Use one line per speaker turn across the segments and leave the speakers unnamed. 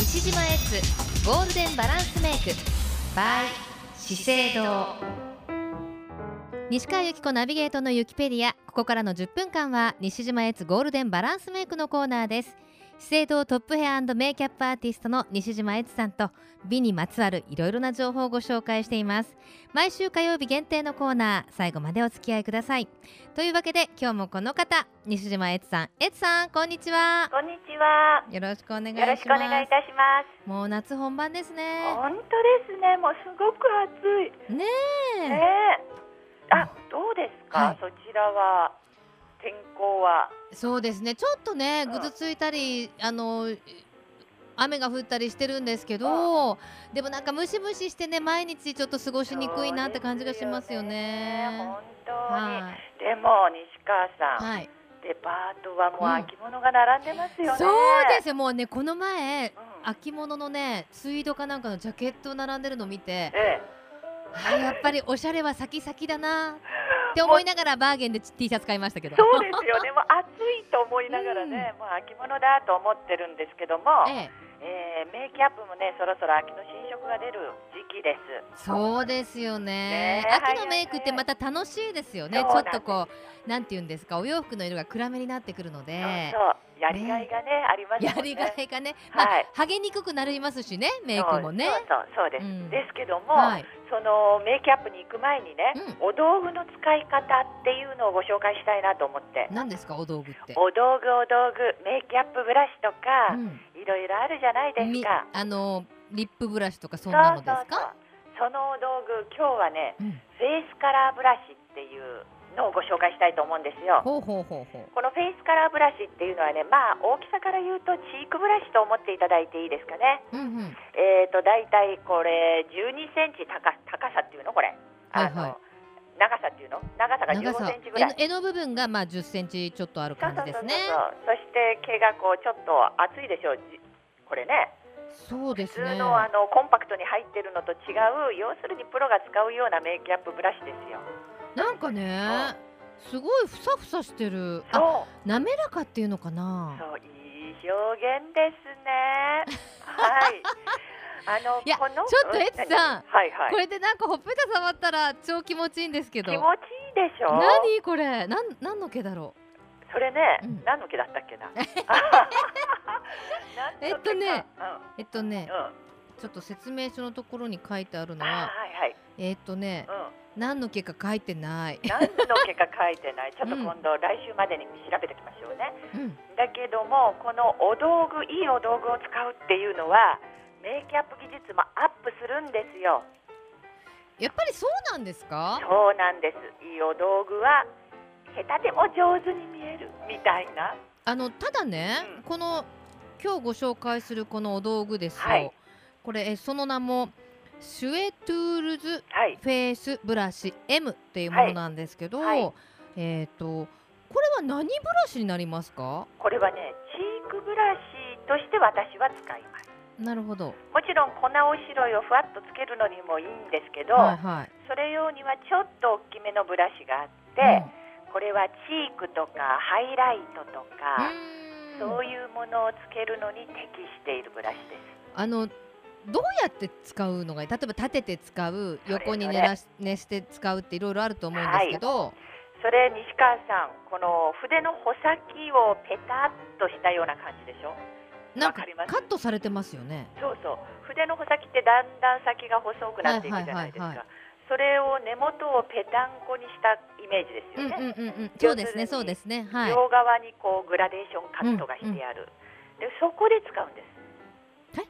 西島エッツゴールデンバランスメイク by 資生堂西川由紀子ナビゲートのユキペディアここからの10分間は西島エッツゴールデンバランスメイクのコーナーです資生堂トップヘアメイキャップアーティストの西島悦さんと美にまつわるいろいろな情報をご紹介しています毎週火曜日限定のコーナー最後までお付き合いくださいというわけで今日もこの方西島悦さん悦さんこんにちは
こんにちは。
よろしくお願いし
よろ
ま
し
す
くお願いいたします。
もう夏本番ですね
本当ですね。もうすごく暑い。
ねえ、
ねえ。あ、どうです
は
か。
い
そちらは天候は。
そうですねちょっとね
うん
ぐずついたり、あの雨が降ったりしてるんですけど、でもなんかムシムシしてね毎日ちょっと過ごしにくいなって感じがしますよね。
本当に。
はい
でも西川さん、
はい、
デパートはもう
うん
秋物が並んでますよね。
そうですよもうねこの前
うん。
秋物のねツイードかなんかのジャケット並んでるの見て
ええ。
あやっぱりおしゃれは先々だなって思いながらバーゲンで T シャツ買いましたけど。
そうですよね。もう暑いと思いながらね、もう秋物だと思ってるんですけども、
ええ、
ええメイキャップもね、そろそろ秋の新色が出る時期です。
そうですよね
ねえ
秋のメイクってまた楽しいですよねち
そ
ょ
う
っ
なんです
とこうなんていうんですかお洋服の色が暗めになってくるので
そうそうやりがいがねあります
や
もんね。
りがいがね、まあ
はい。
剥げにくくなりますしねメイクもね。
そうそうそうです、
うん
ですけども、
はい、
そのメイキャップに行く前にね、お道具の使い方っていうのをご紹介したいなと思って。
何ですかお道具って。
お道具お道具メイキャップブラシとか、
うん
いろいろあるじゃないです
み
か。
あのリップブラシとかそ
そ
ん
う
なの
そう
です
そう
か。。
そのお道具今日はね
うん
フェイスカラーブラシっていうのをご紹介したいと思うんですよ。
ほうほうほうほう。
このフェイスカラーブラシっていうのはねまあ大きさから言うとチークブラシと思っていただいていいですかね。
うんうん。
えー、と大体これ12センチ高高さっていうのこれ、
はいはい
あの長さっていうの長さが
長
15
さ
センチぐらい。
絵の絵の部分がまあ10センチちょっとある感じですね。
そうそうそうそうそして毛がこうちょっと厚いでしょうじこれね
そうで
普
す
通
ね。
のあのコンパクトに入ってるのと違う要するにプロが使うようなメイクアップブラシですよ
なんかね、すごいふさふさしてる。あ、
そう
滑らかっていうのかな。
そういい表現ですね はいあの
いや
この
ちょっとエツさん
うはいはい
これでなんかほっぺた触ったら超気持ちいいんですけど
気。持ちいいでしょ
何これ、なんなんの毛だろ
それね、
うん
何の毛だったっけ な。 何の毛か
えっとね、う。えっと
うん、
ね
うん、、は
ちょっと説明書のところに書いてある
い
のは、
はい、
えっとね
う、ん、
何の毛か書いてない。
何の毛か書いてない。ちょっと今度、来週までに調べてきましょうね。
うん、
だけども、このお道具、いいお道具を使うっていうのは。メイキャップ技術もアップするんですよ。
やっぱりそうなんですか。
そうなんです。いいお道具は。下手でも上手に見えるみたいな。
あのただね、
うん
この今日ご紹介するこのお道具ですよ、
はい
これえその名もシュエトゥールズ
はい。
フェイスブラシ M っていうものなんですけど、
はいはい
えっ、とこれは何ブラシになりますか
これはね、チークブラシとして私は使います。
なるほど
もちろん粉おしろいをふわっとつけるのにもいいんですけど、
はいはい
それ用にはちょっと大きめのブラシがあって、これはチークとかハイライトとか、
うん
そうういうものをつけるのに適しているブラシです。
ーんあのどうやって使うのがいい例えば立てて使う
それ
横に寝らし寝して使うっていろいろあると思うんですけど、
それ西川さん、この筆の穂先をペタッとしたような感じでしょ。
なんか
わかります
カットされてますよね
そうそう。筆の穂先ってだんだん先が細くなっていくじゃないですか。
はいはいはいは
それを根元をペタンコにしたイメージです
うん
よ
うん
ね。
うんうん、そうですね、
要するに
そうですね、はい。
両側にこうグラデーションカットがしてある、でそこで使うんです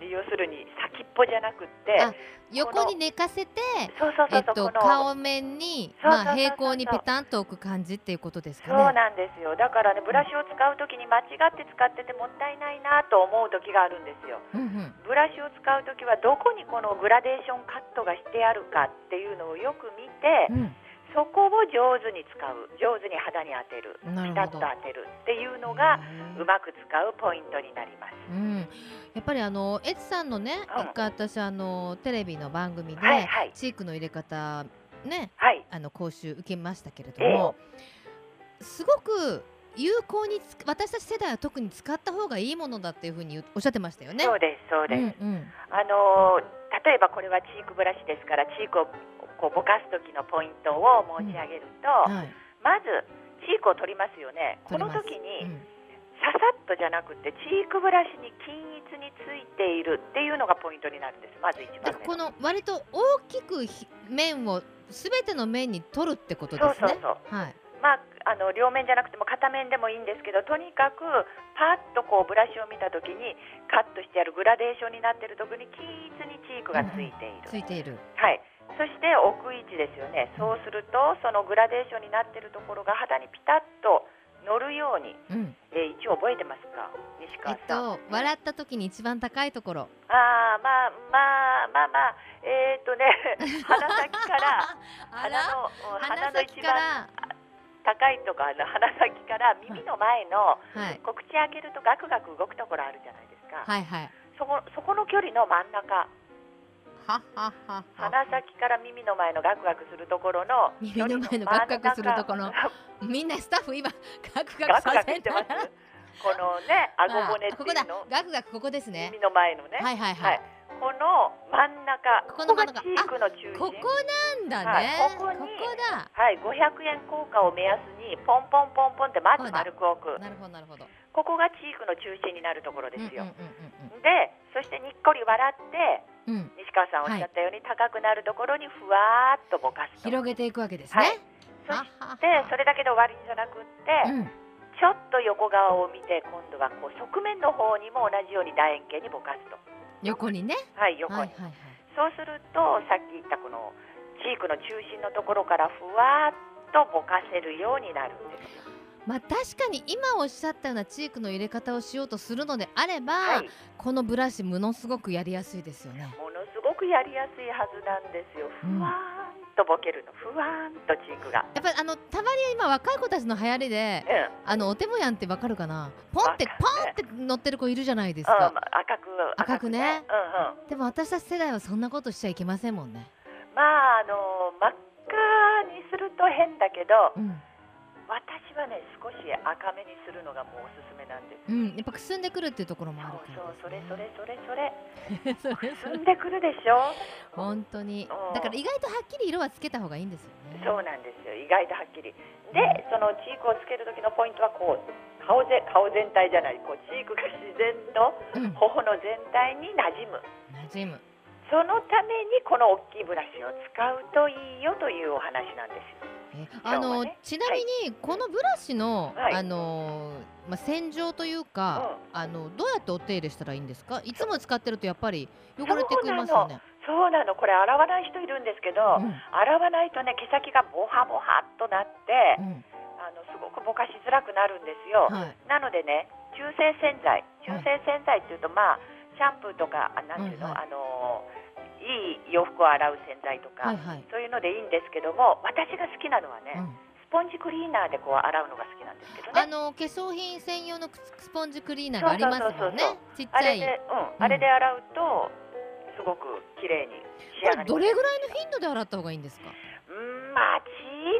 で要するに先っぽじゃなくって
あ横に寝かせて、
そうそう
え
そ
っと
うそう、この
顔面に、
そう
ま
そうそうそう
あ平行にペタンと置く感じっていうことです
そ
かね。
うなんですよだからねブラシを使う時に間違って使っててもったいないなと思う時があるんですよ
うんうん、
ブラシを使う時はどこにこのグラデーションカットがしてあるかっていうのをよく見て
う
そこを上手に使う上手に肌に当てる
なる
ピ
ほ
タッ
ど
と当てるっていうのが
ん、
うまく使うポイントになります
うん、やっぱりあのエツさんのね、
うん
一回私あのテレビの番組で、
はいはい
チークの入れ方ね、
はい
あの講習受けましたけれども、すごく有効に私たち世代は特に使った方がいいものだっていうふうにおっしゃってましたよね。
そうですそうです。うんうん、あの例えばこれはチークブラシですからチークをこうぼかす時のポイントを申し上げると、うんはい、まずチークを取りますよね。この時に、うん、ささっとじゃなくてチークブラシに均一についているっていうのがポイントになるんです。まず一番
この割と大きく面をすべての面に取るってことですね。
そうそうそうはい。まああの両面じゃなくても片面でもいいんですけどとにかくパッとこうブラシを見た時にカットしてあるグラデーションになってる時に均一にチークがついている。
ついている
はいそして置く位置ですよねそうするとそのグラデーションになってるところが肌にピタッと乗るように、うん、えー、一応覚えてますか西川
ん、え
さ
っと、笑った時に一番高いところ
ああまあまあまあまあえー、っと ね鼻先から鼻の鼻の一番高いとこの 鼻先から耳の前の、はい、口開けるとガクガク動くところあるじゃないですか、
はいはい、
そこそこの距離の真ん中
ははは
鼻先から耳の前のガクガクするところの
耳の前のガクガクするところみんなスタッフ今ガクガクさせてます
このね顎骨っていうの
ガクガクここですね
耳の前のね
はいはいはい、はい、
この真ん中ここがチークの中
こ
心
こなんだね、
はい、ここにはい500円硬貨を目安にポンポンポンポンってまず丸く置く
なるほどなるほど
ここがチークの中心になるところですよ、うんうんうんうん、でそしてにっこり笑ってうん、西川さんおっしゃったように、はい、高くなるところにふわっとぼかす
広げていくわけですね、はい、
そしてそれだけで終わりじゃなくって、うん、ちょっと横側を見て今度はこう側面の方にも同じように楕円形にぼかすと
横にね
はい横に、はいはいはい、そうするとさっき言ったこのチークの中心のところからふわっとぼかせるようになるんです
まあ、確かに今おっしゃったようなチークの入れ方をしようとするのであれば、はい、このブラシものすごくやりやすいですよね
ものすごくやりやすいはずなんですよふわーんとぼけるの、うん、ふわーんとチークが
やっぱあのたまに今若い子たちの流行りで、うん、あのお手もやんってわかるかなポンってポンって乗ってる子いるじゃないですか、うん、
赤く
赤くね、
うんうん、
でも私たち世代はそんなことしちゃいけませんもんね、
まああの真っ赤にすると変だけど、私はね少し赤めにするのがもうおすすめなんです、うん
やっぱくすんでくるっていうところもある、ね、
そうそうそれそれ それそれくすんでくるでしょ
本当に、うん、だから意外とはっきり色はつけた方がいいんですよね
そうなんですよ意外とはっきりでそのチークをつける時のポイントはこう顔ぜ顔全体じゃないこうチークが自然と頬の全体になじむ、
うん、なじむ
そのためにこの大きいブラシを使うといいよというお話なんですよ
あの、ね、ちなみに、このブラシの、はい、あのまあ、洗浄というか、うん、あのどうやってお手入れしたらいいんですかいつも使ってるとやっぱり汚れてくますよね
そうなのこれ洗わない人いるんですけど、うん、洗わないとね毛先がボハボハっとなって、うん、あのすごくぼかしづらくなるんですよ、はい、なのでね中性洗剤中性洗剤っていうと、まあシャンプーとかなんていうの、はい、あのいい洋服を洗う洗剤とか、はいはい、そういうのでいいんですけども私が好きなのはね、うん、スポンジクリーナーでこう洗うのが好きなんですけどね
あの化粧品専用のスポンジクリーナーがありますもんねちっちゃい
あれで,、うん、あれで洗うと、うん、すごく綺麗に仕上がり
どれぐらいの頻度で洗った方がいいんですか
うんまあチ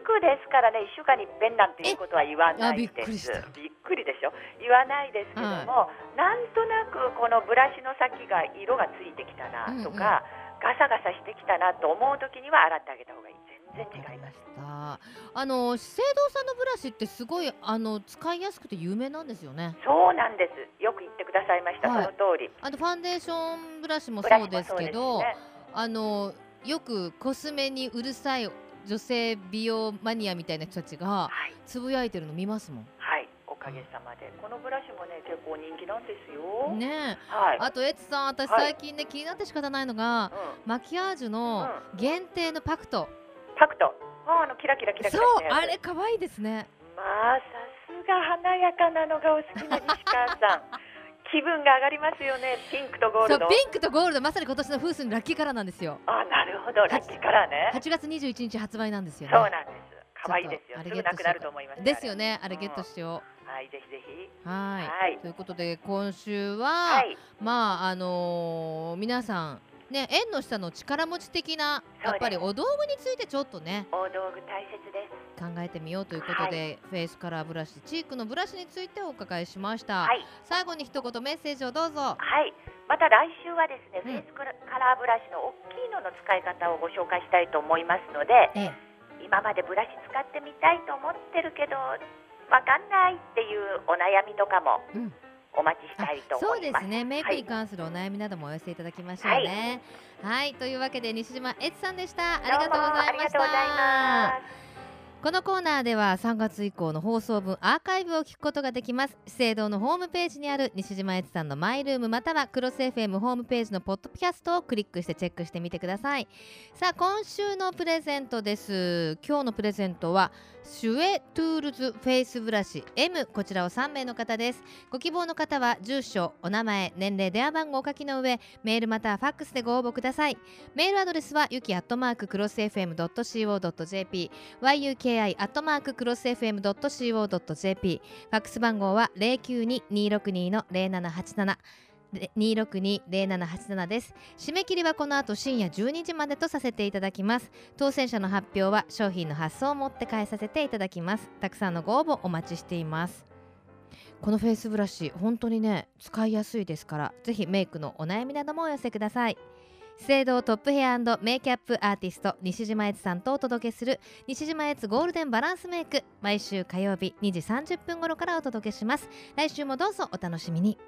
ークですからね1週間にいっぺんなんていうことは言わないですびっくりでしょ言わないですけども、はい、なんとなくこのブラシの先が色がついてきたなとか、うんうんガサガサしてきたなと思う時には洗ってあげた方がいい全然違います
あの資生堂さんのブラシってすごいあの使いやすくて有名なんですよね
そうなんですよく言ってくださいました、はい、その通り
あのファンデーションブラシもそうですけど、ね、あのよくコスメにうるさい女性美容マニアみたいな人たちがつぶやいてるの見ますもん、
はい、おかげさまでこのブラシもね結構人気なんですよ
ね、
はい、
あとエツさん私最近ね、はい、気になって仕方ないのが、うん、マキアージュの限定のパクト、
うん、パクトあのキラキラキラ
そうあれ可愛いですね
まあさすが華やかなのがお好きな西川 さん気分が上がりますよねピンクとゴールド
ピンクとゴールドまさに今年の風水のラッキーカラーなんですよ
あなるほどラッキーカラーね
8月21日発売なんですよ、ね、
そうなんです可愛いですよ。あれゲットなると思います。
ですよね。あれゲットしよ
う。うん、はい、ぜひぜ
ひ。はい,はい、ということで今週は、はい、まああのー、皆さんね、縁の下の力持ち的なやっぱりお道具についてちょっとね
お道具大切です
考えてみようということで、はい、フェイスカラーブラシチークのブラシについてお伺いしました、
はい、
最後に一言メッセージをどうぞはい
また来週はですね、うん、フェイスカラーブラシの大きいのの使い方をご紹介したいと思いますので、ええ、今までブラシ使ってみたいと思ってるけどわかんないっていうお悩みとかも、うんお待ちしたいと
そうですねメイクに関するお悩みなどもお寄せいただきましょうね、はい、はい、というわけで西島悦さんでしたありがとうございましたこのコーナーでは3月以降の放送分アーカイブを聞くことができます資生堂のホームページにある西島悦さんのマイルームまたはクロス FM ホームページのポッドキャストをクリックしてチェックしてみてくださいさあ今週のプレゼントです今日のプレゼントはシュエトゥールズフェイスブラシ M こちらを3名の方ですご希望の方は住所お名前年齢電話番号を書きの上メールまたはファックスでご応募くださいメールアドレスはゆきアットマーククロス FM.co.jp yuk ki アットマーククロス fm ドット co ドット jp。ファックス番号は零九二二六二の零七八七。262-0787です締め切りはこの後深夜12時までとさせていただきます当選者の発表は商品の発送を持って返させていただきますたくさんのご応募お待ちしていますこのフェイスブラシ本当にね使いやすいですからぜひメイクのお悩みなどもお寄せください資生堂トップヘアメイキャップアーティスト西島悦さんとお届けする西島悦ゴールデンバランスメイク毎週火曜日2時30分頃からお届けします来週もどうぞお楽しみに